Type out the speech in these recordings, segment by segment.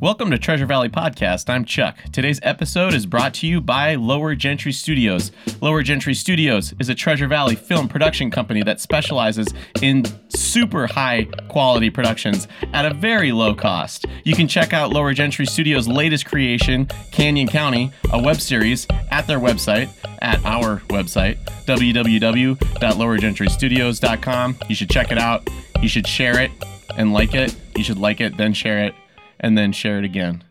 Welcome to Treasure Valley Podcast. I'm Chuck. Today's episode is brought to you by Lower Gentry Studios. Lower Gentry Studios is a Treasure Valley film production company that specializes in super high quality productions at a very low cost. You can check out Lower Gentry Studios' latest creation, Canyon County, a web series, at their website, at our website, www.lowergentrystudios.com. You should check it out. You should share it and like it. You should like it, then share it and then share it again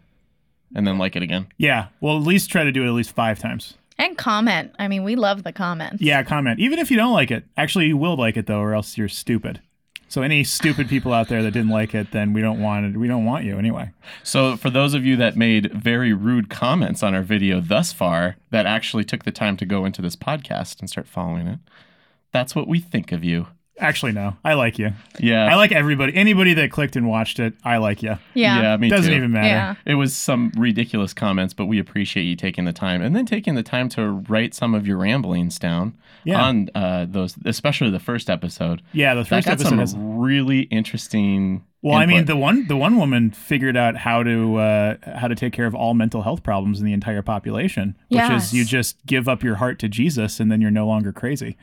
and then like it again Yeah. Well, at least try to do it at least five times. And comment. I mean, we love the comments. Yeah, comment. Even if you don't like it. Actually, you will like it though, or else you're stupid. So any stupid people out there that didn't like it, then we don't want it. We don't want you anyway. so for those of you that made very rude comments on our video thus far that actually took the time to go into this podcast and start following it that's what we think of you Actually, no. I like you. yeah I like everybody. Anybody that clicked and watched it, I like you. Yeah. yeah me Doesn't too. even matter. Yeah. it was some ridiculous comments but we appreciate you taking the time and then taking the time to write some of your ramblings down Yeah. on uh, those especially the first episode Yeah, the that first got episode some has really interesting Well, I mean, input. the one the one woman figured out how to uh, how to take care of all mental health problems in the entire population, which Yes. is you just give up your heart to Jesus and then you're no longer crazy.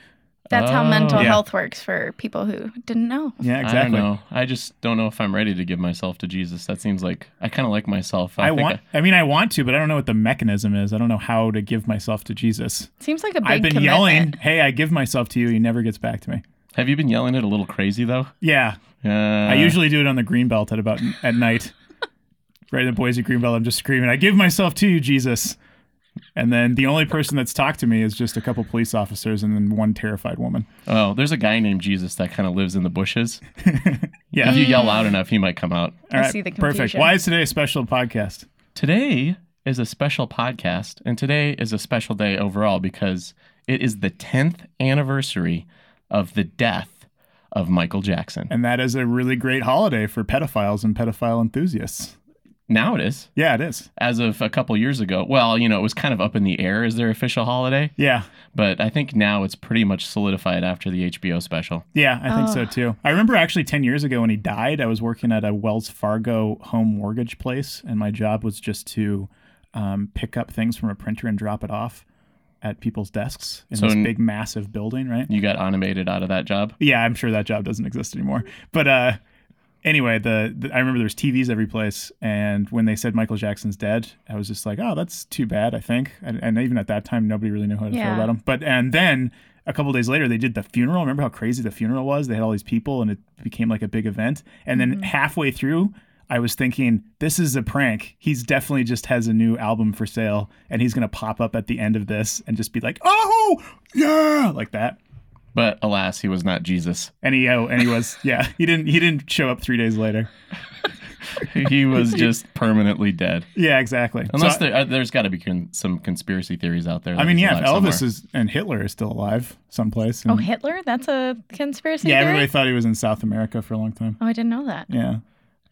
That's how mental Oh. Yeah. health works for people who didn't know. I Yeah, exactly. don't know. I just don't know if I'm ready to give myself to Jesus. That seems like I kind of like myself. I, think want. I, mean, I want to, but I don't know what the mechanism is. I don't know how to give myself to Jesus. Seems like a big I've been commitment. yelling, "Hey, I give myself to you." He never gets back to me. have you been yelling it a little crazy though? Yeah, Uh, I usually do it on the green belt at about at night, right in the Boise green belt. I'm just screaming, "I give myself to you, Jesus!" And then the only person that's talked to me is just a couple police officers and then one terrified woman. Oh, there's a guy named Jesus that kind of lives in the bushes. Yeah. If you yell loud enough, he might come out. All right, see the perfect. confusion. Why is today a special podcast? Today is a special podcast, and today is a special day overall because it is the 10th anniversary of the death of Michael Jackson. And that is a really great holiday for pedophiles and pedophile enthusiasts. Now it is. Yeah, it is. As of a couple years ago, well, you know, it was kind of up in the air as their official holiday. Yeah. but I think now it's pretty much solidified after the HBO special. Yeah, I think so Oh. too. I remember actually 10 years ago when he died, I was working at a Wells Fargo home mortgage place, and my job was just to um, pick up things from a printer and drop it off at people's desks in So this n- big, massive building, right? You got animated out of that job. Yeah, I'm sure that job doesn't exist anymore. But uh, anyway, the, the I remember there was TVs every place, and when they said Michael Jackson's dead, I was just like, oh, that's too bad. I think, and, and even at that time, nobody really knew how to feel Yeah. about him. But and then a couple days later, they did the funeral. Remember how crazy the funeral was? They had all these people, and it became like a big event. And then halfway through. I was thinking, this is a prank. He's definitely just has a new album for sale, and he's gonna pop up at the end of this and just be like, "Oh, yeah," like that But alas, he was not Jesus. and he oh, and he was yeah he didn't he didn't show up three days later He was just permanently dead. yeah exactly Unless So, there, uh, there's got to be con- some conspiracy theories out there. I mean yeah if Elvis is. is and Hitler is still alive someplace Oh, and- Hitler? That's a conspiracy Mm. yeah theory? everybody thought he was in South America for a long time Oh, I didn't know that. yeah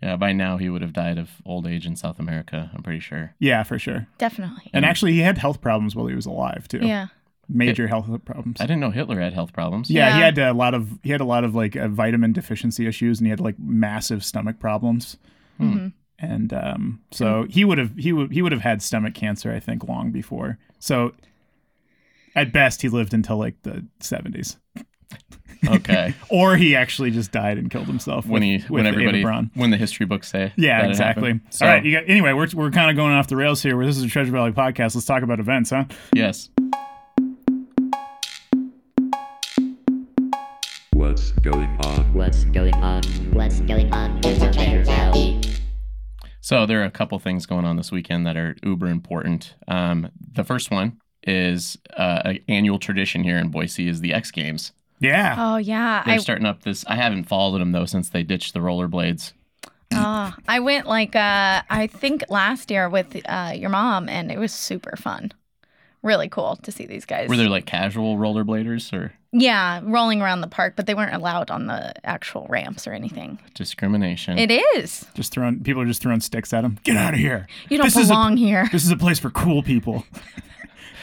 Yeah, by now he would have died of old age in South America. I'm pretty sure. yeah for sure Definitely. and actually he had health problems while he was alive too yeah. major health problems I didn't know Hitler had health problems. yeah, he Yeah. had a lot of he had a lot of like uh, vitamin deficiency issues and he had like massive stomach problems hmm and um, so he would have he would he would have had stomach cancer I think long before so. At best, he lived until like the 70s. Okay. or he actually just died and killed himself when with, he, with when everybody, Ava Braun. when the history books say. that Yeah, it exactly. happened. So, All right, you got, anyway, we're, we're kind of going off the rails here. This is a Treasure Valley podcast. Let's talk about events, huh? yes. What's going on? What's going on? What's going on? It's a treasure valley. So there are a couple things going on this weekend that are uber important. Um, the first one is uh, an annual tradition here in Boise is the X Games. Yeah. Oh, yeah. They're I, starting up this. I haven't followed them though since they ditched the rollerblades. ah, I went like, uh, I think last year with uh, your mom, and it was super fun. Really cool to see these guys. Were there like casual rollerbladers or yeah, rolling around the park, but they weren't allowed on the actual ramps or anything. Hmm. discrimination? It is. Just throwing people are just throwing sticks at him. Get out of here. You don't This is a- belong here. This is a place for cool people.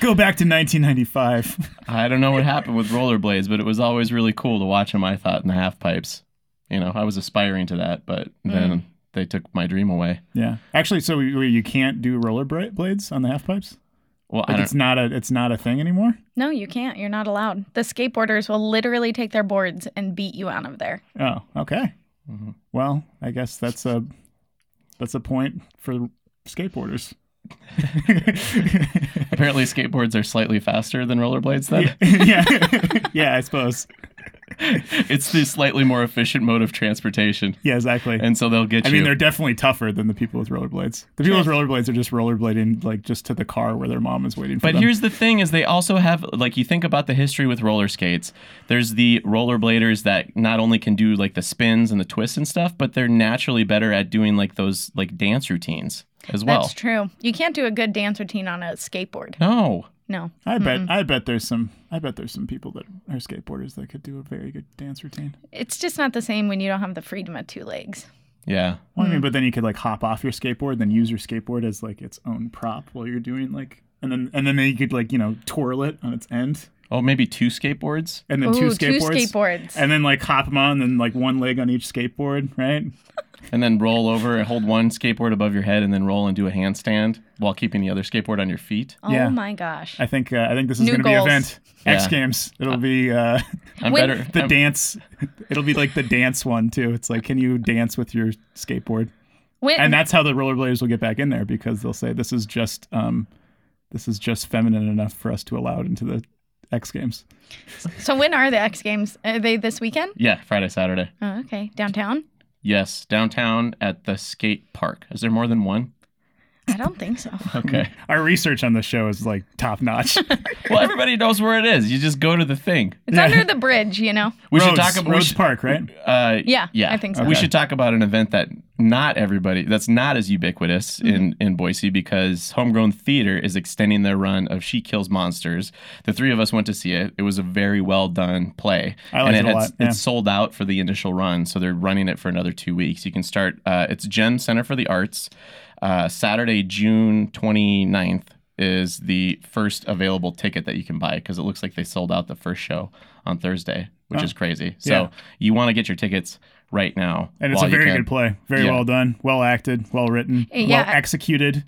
Go back to 1995. I don't know what happened with rollerblades, but it was Hmm. always really cool to watch them. I thought in the half pipes, you know, I was aspiring to that, but then they took my dream away. Yeah. Actually, so you, you can't do roller bra- blades on the half pipes. Well, I Like don't. it's not a it's not a thing anymore. No, you can't. You're not allowed. The skateboarders will literally take their boards and beat you out of there. Oh, okay. Mm-hmm. Well, I guess that's a that's a point for skateboarders. Apparently, skateboards are slightly faster than rollerblades. Then yeah, yeah, I suppose. it's the slightly more efficient mode of transportation, Yeah, exactly. and so they'll get I you. mean, they're definitely tougher than the people with rollerblades. The people with rollerblades are just rollerblading like just to the car where their mom is waiting for But them. here's the thing: is they also have like you think about the history with roller skates. There's the rollerbladers that not only can do like the spins and the twists and stuff, but they're naturally better at doing like those like dance routines as well. That's true. You can't do a good dance routine on a skateboard. No, No. I bet I bet there's some I bet there's some people that are skateboarders that could do a very good dance routine. It's just not the same when you don't have the freedom of two legs. yeah, Well, Hmm. I mean, but then you could like hop off your skateboard, then use your skateboard as like its own prop while you're doing like, and then and then you could like you know twirl it on its end, oh maybe two skateboards. and then two Ooh, skateboards, skateboards. and then like hop them on, and like one leg on each skateboard, right? and then roll over and hold one skateboard above your head and then roll and do a handstand while keeping the other skateboard on your feet. oh yeah. my gosh. I think uh, I think this is New going to be an goals. event. X Yeah. Games. It'll be uh, I'm When- better. the I'm- dance. It'll be like the dance one too. It's like, can you dance with your skateboard? When, And that's how the rollerbladers will get back in there because they'll say this is just um, this is just feminine enough for us to allow it into the X Games. so when are the X Games? Are they this weekend? yeah, Friday, Saturday. Oh, okay. Downtown? Yes, downtown at the skate park. Is there more than one? I don't think so. Okay. Our research on the show is like top notch. well, everybody knows where it is. You just go to the thing. It's under the bridge, you know? We Rhodes, should talk about we Rhodes should- Park, right? Uh, Yeah, yeah, I think so. We should talk about an event that not everybody, that's not as ubiquitous Mm-hmm. in in Boise because Homegrown Theater is extending their run of She Kills Monsters. The three of us went to see it. It was a very well done play, I liked and it a had, lot, yeah. It's sold out for the initial run, so they're running it for another two weeks. You can start. Uh, it's Gen Center for the Arts. Uh, Saturday, June 29th is the first available ticket that you can buy because it looks like they sold out the first show on Thursday, which is crazy. So Yeah. you want to get your tickets right now. And it's while a you very can. good play. Very Yeah. well done, well acted, well written, Eh, Yeah. well executed.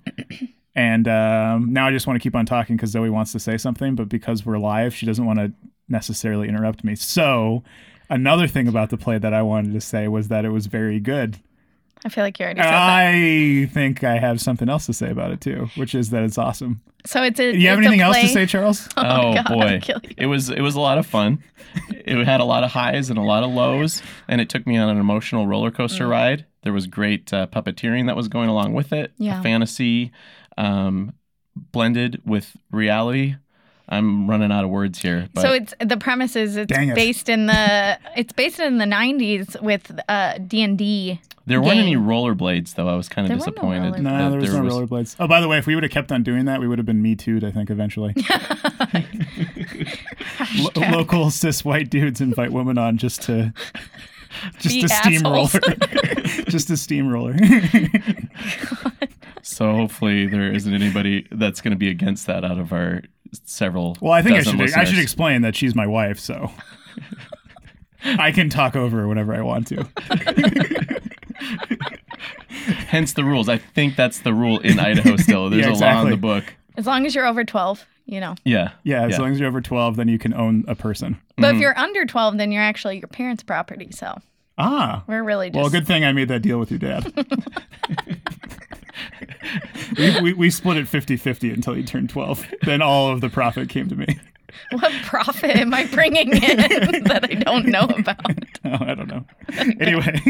and um, now I just want to keep on talking because Zoe wants to say something, but because we're live, she doesn't want to necessarily interrupt me. So another thing about the play that I wanted to say was that it was very good. I feel like you already said And that. I think I have something else to say about it too, which is that it's awesome. So it's a. Do you have it's a anything else to play- say, Charles? Oh, God, I'll boy, kill you. it was it was a lot of fun. it had a lot of highs and a lot of lows, and it took me on an emotional roller coaster Mm. ride. There was great uh, puppeteering that was going along with it. Yeah. fantasy um, blended with reality. I'm running out of words here, but so it's the premise is it's Dang it. based in the it's based in the 90s with uh D&D. there weren't any game. rollerblades though. I was kind of There were no disappointed. rollerblades. that No, there was no rollerblades. Oh, by the way, if we would have kept on doing that, we would have been Me Too'd, I think, eventually. Lo- local cis white dudes invite women on just to just Be to assholes. steamroller, just a steamroller. So hopefully there isn't anybody that's going to be against that out of our several. well, I think I dozen should I should listeners. explain that she's my wife, so I can talk over her whenever I want to. Hence the rules. I think that's the rule in Idaho still. There's a Yeah, law in exactly. the book. As long as you're over 12, you know. Yeah. Yeah, as long as you're over twelve, then you can own a person. But if you're under 12, then you're actually your parents' property. So Ah. we're really just Well, good thing I made that deal with your dad. we, we, we split it 50 50 until you turned 12. Then all of the profit came to me. what profit am I bringing in that I don't know about? Oh, I don't know. Anyway,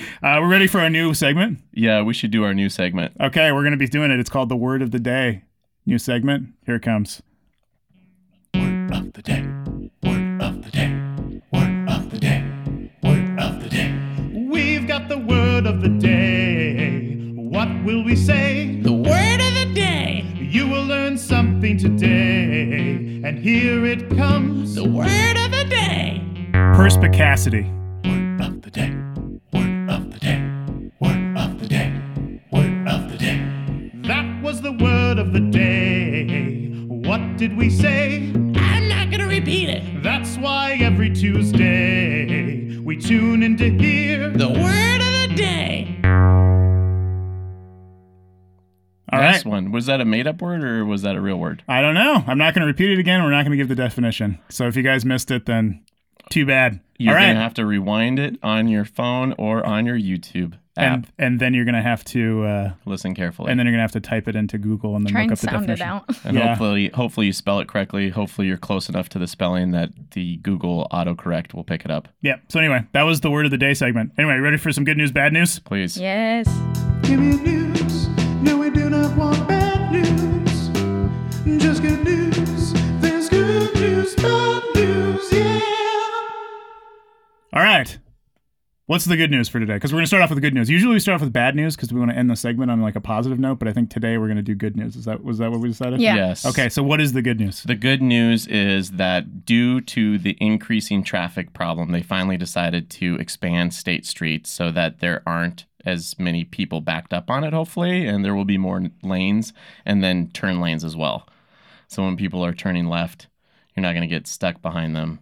uh, we're ready for our new segment. Yeah, we should do our new segment. Okay, we're going to be doing it. It's called The Word of the Day. New segment. Here it comes. Word of the day. Word of the day. Word of the day. Word of the day. We've got the word of the day. What will we say? The word of the day. You will learn something today. And here it comes. The word of the day. Perspicacity. Word of the day. Word of the day. Word of the day. Word of the day. That was the word of the day. What did we say? I'm not gonna repeat it. That's why every Tuesday we tune in to hear the word of the day. All Last right. one. Was that a made up word or was that a real word? I don't know. I'm not going to repeat it again. We're not going to give the definition. So if you guys missed it, then too bad. You're All right. gonna have to rewind it on your phone or on your YouTube app. and and then you're going to have to uh, Listen carefully. and then you're going to have to type it into Google and then Try look up and the sound it definition. out. And Yeah. hopefully, hopefully you spell it correctly. Hopefully you're close enough to the spelling that the Google autocorrect will pick it up. Yeah. So anyway, that was the word of the day segment. Anyway, ready for some good news, bad news? Please. Yes. Give me news. No, we do not want bad news. Just good news. There's good news, bad news, yeah. All right. What's the good news for today? Because we're going to start off with the good news. Usually we start off with bad news because we want to end the segment on like a positive note. But I think today we're going to do good news. Is that was that what we decided? Yeah. Yes. Okay. So what is the good news? The good news is that due to the increasing traffic problem, they finally decided to expand State Street so that there aren't as many people backed up on it, hopefully, and there will be more lanes and then turn lanes as well. So when people are turning left, you're not going to get stuck behind them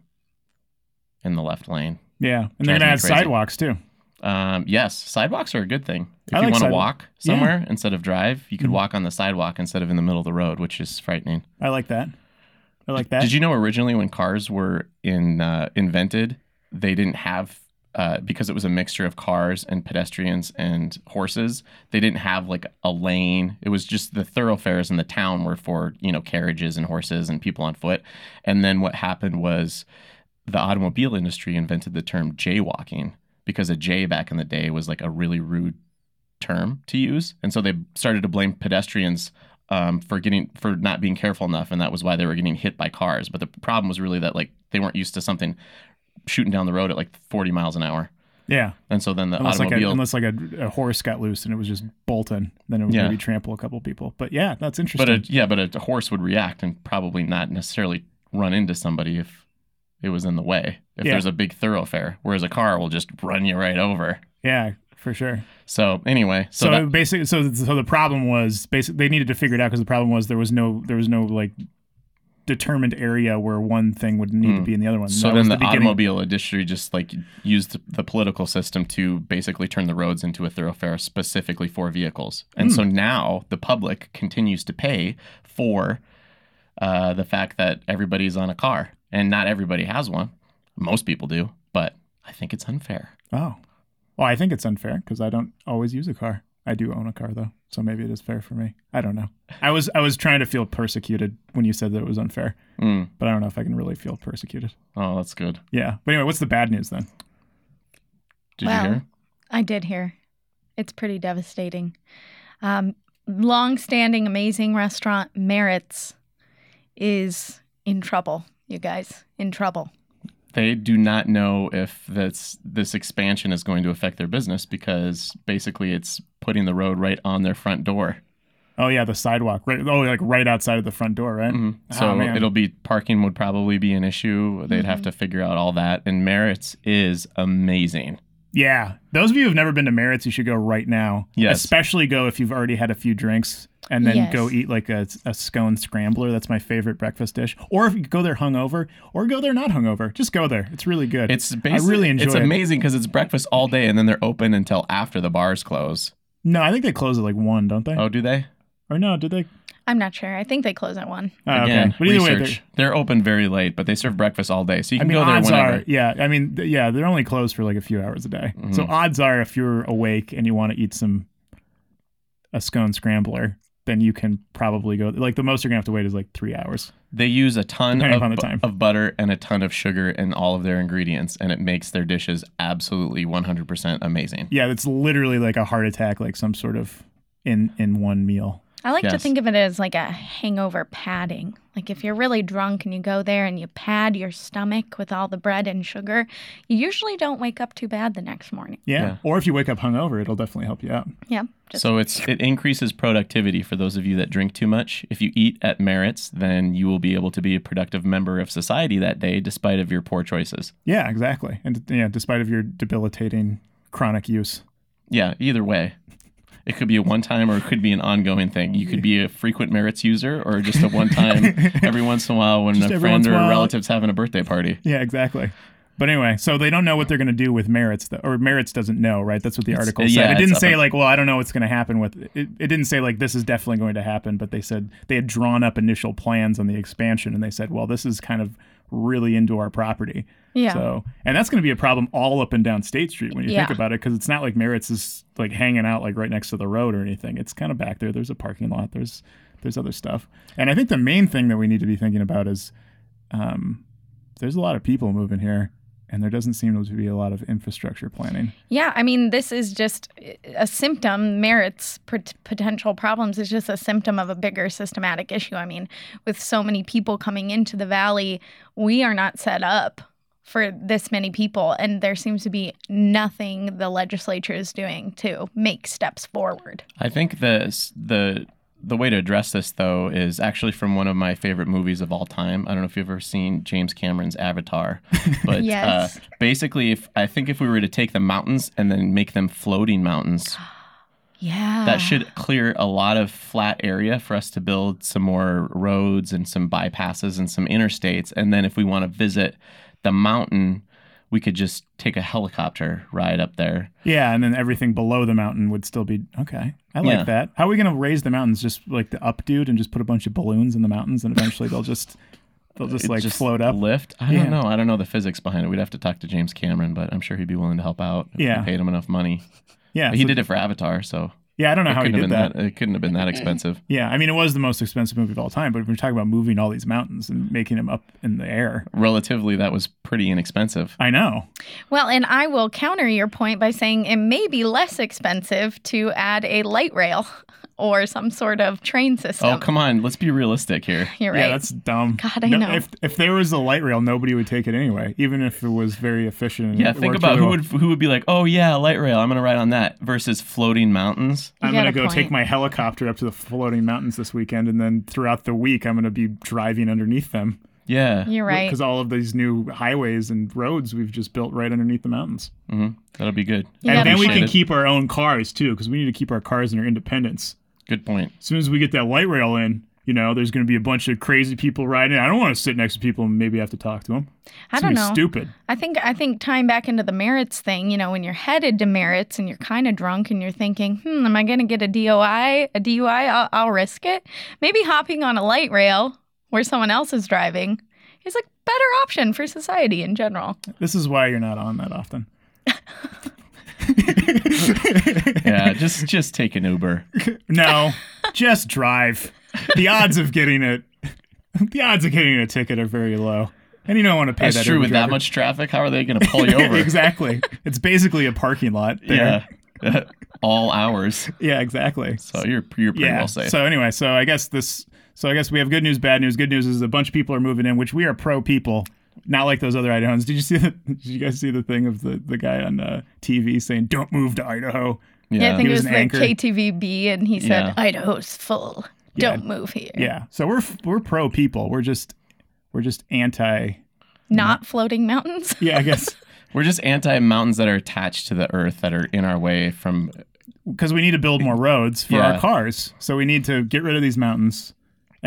in the left lane. Yeah. And they're going Drives to me add crazy. sidewalks too. Um, yes, sidewalks are a good thing. If I you like want to sidewalk- walk Yeah. somewhere instead of drive, you could Mhm. walk on the sidewalk instead of in the middle of the road, which is frightening. I like that. I like that. Did you know originally when cars were in uh, invented, they didn't have uh, because it was a mixture of cars and pedestrians and horses. They didn't have like a lane. It was just the thoroughfares in the town were for you know carriages and horses and people on foot. And then what happened was the automobile industry invented the term jaywalking because a jay back in the day was like a really rude term to use, and so they started to blame pedestrians um, for getting for not being careful enough, and that was why they were getting hit by cars. But the problem was really that like they weren't used to something shooting down the road at like 40 miles an hour, Yeah. and so then the Unless like, a, automobile. unless like a, a horse got loose and it was just bolting, then it would Yeah. maybe trample a couple people. But yeah, that's interesting. but a, yeah, but a horse would react and probably not necessarily run into somebody if it was in the way. If Yeah. there's a big thoroughfare, whereas a car will just run you right over. yeah, for sure. So anyway, so, So, that, basically, so so the problem was basically they needed to figure it out because the problem was there was no there was no like determined area where one thing would need to Mm. be in the other one. So Um, That then was the, beginning. automobile industry just like used the political system to basically turn the roads into a thoroughfare specifically for vehicles. And Hmm. so now the public continues to pay for uh, the fact that everybody's on a car and not everybody has one. Most people do, but I think it's unfair. Oh, well, I think it's unfair because I don't always use a car. I do own a car though, so maybe it is fair for me. I don't know. I was I was trying to feel persecuted when you said that it was unfair, Mm. but I don't know if I can really feel persecuted. Oh, that's good. Yeah. But anyway, what's the bad news then? Did Well, you hear? I did hear. It's pretty devastating. Um, long-standing amazing restaurant Merritt's is in trouble. You guys, in trouble. They do not know if this this expansion is going to affect their business because basically it's putting the road right on their front door. Oh yeah, the sidewalk. Right. Oh, like right outside of the front door, right? Mhm. Oh, So man. Mm-hmm. it'll be parking would probably be an issue. They'd have to figure out all that. And Merritt's is amazing. Yeah. Those of you who've never been to Merritt's, you should go right now. Yes. Especially go if you've already had a few drinks and then Yes. go eat like a, a scone scrambler. That's my favorite breakfast dish. Or if you go there hungover or go there not hungover, just go there. It's really good. It's I basically really enjoy It's it. amazing because it's breakfast all day, and then they're open until after the bars close. No, I think they close at like one, don't they? Oh, do they? Or no, did they? I'm not sure. I think they close at one. Oh, Again, okay. But either way, research. they're- they're, open very late, but they serve breakfast all day, so you I can mean, go there odds whenever. Mm-hmm. are, yeah. I mean, th- yeah, they're only closed for like a few hours a day. So odds are, if you're awake and you want to eat some a scone scrambler, then you can probably go. Like the most you're gonna have to wait is like three hours. They use a ton Depending of, upon the bu- time. of butter and a ton of sugar in all of their ingredients, and it makes their dishes absolutely 100% amazing. Yeah, it's literally like a heart attack, like some sort of in in one meal. I like to Yes. think of it as like a hangover padding. Like if you're really drunk and you go there and you pad your stomach with all the bread and sugar, you usually don't wake up too bad the next morning. Yeah. Yeah. Or if you wake up hungover, it'll definitely help you out. Yeah. Just so it's it increases productivity for those of you that drink too much. If you eat at merits, then you will be able to be a productive member of society that day, despite of your poor choices. Yeah, exactly. And yeah, despite of your debilitating chronic use. Yeah, either way, it could be a one time or it could be an ongoing thing. You could be a frequent merits user or just a one time every once in a while when Just a every friend once in or a a while. relative's having a birthday party. Yeah, exactly. But anyway, so they don't know what they're going to do with Merritt's, though, or Merritt's doesn't know, right? That's what the article yeah, said. It it's didn't up say in- like, well, I don't know what's going to happen with it. It didn't say like this is definitely going to happen, but they said they had drawn up initial plans on the expansion, and they said, well, this is kind of really into our property. Yeah. So, and that's going to be a problem all up and down State Street when you think Yeah. about it, because it's not like Merritt's is like hanging out like right next to the road or anything. It's kind of back there. There's a parking lot. There's there's other stuff. And I think the main thing that we need to be thinking about is um, there's a lot of people moving here, and there doesn't seem to be a lot of infrastructure planning. Yeah, I mean, this is just uh, a symptom. Merits pot- potential problems is just a symptom of a bigger systematic issue. I mean, with so many people coming into the valley, we are not set up for this many people, and there seems to be nothing the legislature is doing to make steps forward. I think the the the way to address this though is actually from one of my favorite movies of all time. I don't know if you've ever seen James Cameron's Avatar, but Yes. uh, basically, if I think if we were to take the mountains and then make them floating mountains, Yeah, that should clear a lot of flat area for us to build some more roads and some bypasses and some interstates. And then if we want to visit the mountain, we could just take a helicopter ride up there. Yeah, and then everything below the mountain would still be okay. I like Yeah. that. How are we going to raise the mountains? Just like the up dude, and just put a bunch of balloons in the mountains, and eventually they'll just they'll just It like float up. lift. I Yeah. don't know. I don't know the physics behind it. We'd have to talk to James Cameron, but I'm sure he'd be willing to help out if Yeah. we paid him enough money. yeah, He so- did it for Avatar, so Yeah, I don't know it how he couldn't have did been that. that. It couldn't have been that expensive. Yeah, I mean, it was the most expensive movie of all time, but if we're talking about moving all these mountains and making them up in the air, Relatively, that was pretty inexpensive. I know. Well, and I will counter your point by saying it may be less expensive to add a light rail or some sort of train system. Oh come on, let's be realistic here. You're right. Yeah, that's dumb. God, I know. If, if there was a light rail, nobody would take it anyway, even if it was very efficient. and Yeah, it think worked about really who well. would who would be like, oh yeah, light rail. I'm gonna ride on that versus floating mountains. You I'm got gonna a go point. take my helicopter up to the floating mountains this weekend, and then throughout the week, I'm gonna be driving underneath them Yeah, You're right. because all of these new highways and roads we've just built right underneath the mountains. hmm that'll be good. You and gotta then we appreciate can it. keep our own cars too, because we need to keep our cars and our independence. Good point. As soon as we get that light rail in, you know, there's gonna be a bunch of crazy people riding. I don't want to sit next to people and maybe have to talk to them. It's I gonna don't be know. Stupid. I think I think tying back into the merits thing, you know, when you're headed to merits and you're kind of drunk and you're thinking, hmm, am I going to get a DOI? A DUI? I'll, I'll risk it. Maybe hopping on a light rail where someone else is driving is a better option for society in general. This is why you're not on that often. Yeah, just just take an Uber. No, just drive. The odds of getting it, the odds of getting a ticket are very low, and you don't want to pay That's that. true. Uber With that driver. much traffic, how are they gonna pull you over? exactly. It's basically a parking lot. Yeah, There. all hours. Yeah. exactly. So you're you're pretty yeah. well safe. So anyway, so I guess this. So I guess we have good news, bad news. Good news is a bunch of people are moving in, which we are pro people. Not like those other Idahoans. Did you see the? Did you guys see the thing of the, the guy on uh, TV saying, "Don't move to Idaho"? Yeah, I think He it was was, an the anchor. KTVB, and he said, Yeah. Idaho's full. Yeah. Don't move here. Yeah. So we're we're pro people. We're just we're just anti. Not floating mountains. Yeah, I guess. We're just anti mountains that are attached to the earth that are in our way from because we need to build more roads for our Yeah. cars. So we need to get rid of these mountains.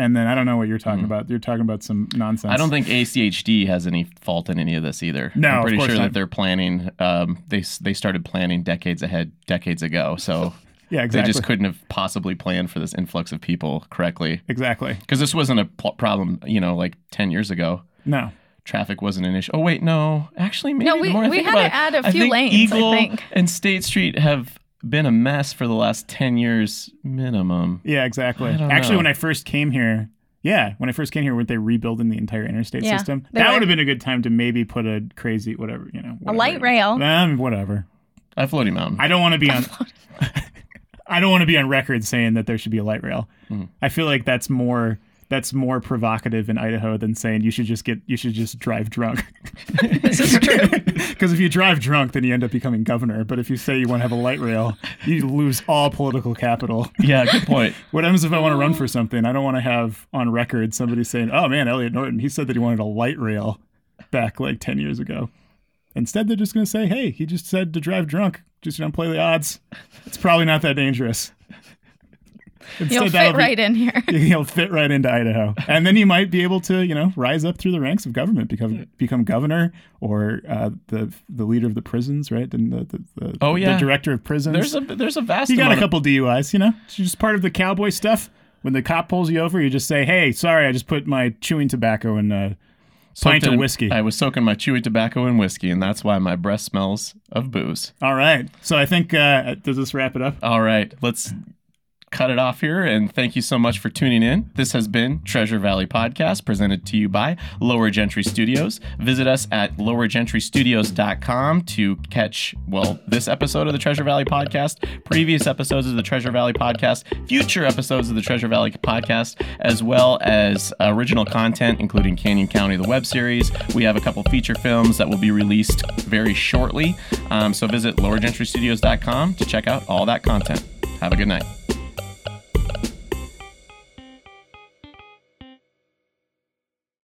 And then I don't know what you're talking about. You're talking about some nonsense. Hmm. I don't think ACHD has any fault in any of this either. No, I'm of pretty course sure not. that they're planning um they s- they started planning decades ahead decades ago. So Yeah, they exactly. just couldn't have possibly planned for this influx of people correctly. exactly. Cuz this wasn't a pl- problem, you know, like 10 years ago. No. Traffic wasn't an issue. Oh wait, no. Actually, maybe No, the we- more I we think had about to it, add a I few think lanes, I Eagle think. and State Street have been a mess for the last 10 years minimum. Yeah, exactly. I don't Actually, know. when I first came here, yeah, when I first came here, weren't they rebuilding the entire interstate Yeah, system? they That were. would have been a good time to maybe put a crazy whatever you know. A Whatever. light rail. Um, whatever. A floating mountain. I don't want to be on. I don't want to be on record saying that there should be a light rail. Mm-hmm. I feel like that's more that's more provocative in Idaho than saying you should just get you should just drive drunk. This is true. Because if you drive drunk, then you end up becoming governor. But if you say you want to have a light rail, you lose all political capital. yeah, good point. What happens if I want to run for something? I don't want to have on record somebody saying, "Oh man, Elliot Norton, he said that he wanted a light rail back like ten years ago." Instead, they're just going to say, "Hey, he just said to drive drunk. Just don't play the odds. It's probably not that dangerous." Instead, You'll that'll fit be- right in here. You'll fit right into Idaho, and then you might be able to, you know, rise up through the ranks of government, become become governor or uh, the the leader of the prisons, right? And the the, the, Oh, yeah. the director of prisons. There's a there's a vast. you got a amount of- couple DUIs, you know. It's just part of the cowboy stuff. When the cop pulls you over, you just say, "Hey, sorry, I just put my chewing tobacco in a pint soaked of in- whiskey." I was soaking my chewy tobacco in whiskey, and that's why my breath smells of booze. All right. So I think uh, does this wrap it up? All right, let's cut it off here. And thank you so much for tuning in. This has been Treasure Valley Podcast presented to you by Lower Gentry Studios. Visit us at lowergentrystudios.com to catch, well, this episode of the Treasure Valley Podcast, previous episodes of the Treasure Valley Podcast, future episodes of the Treasure Valley Podcast, as well as original content, including Canyon County, the web series. We have a couple feature films that will be released very shortly. Um, so visit lowergentrystudios.com to check out all that content. Have a good night.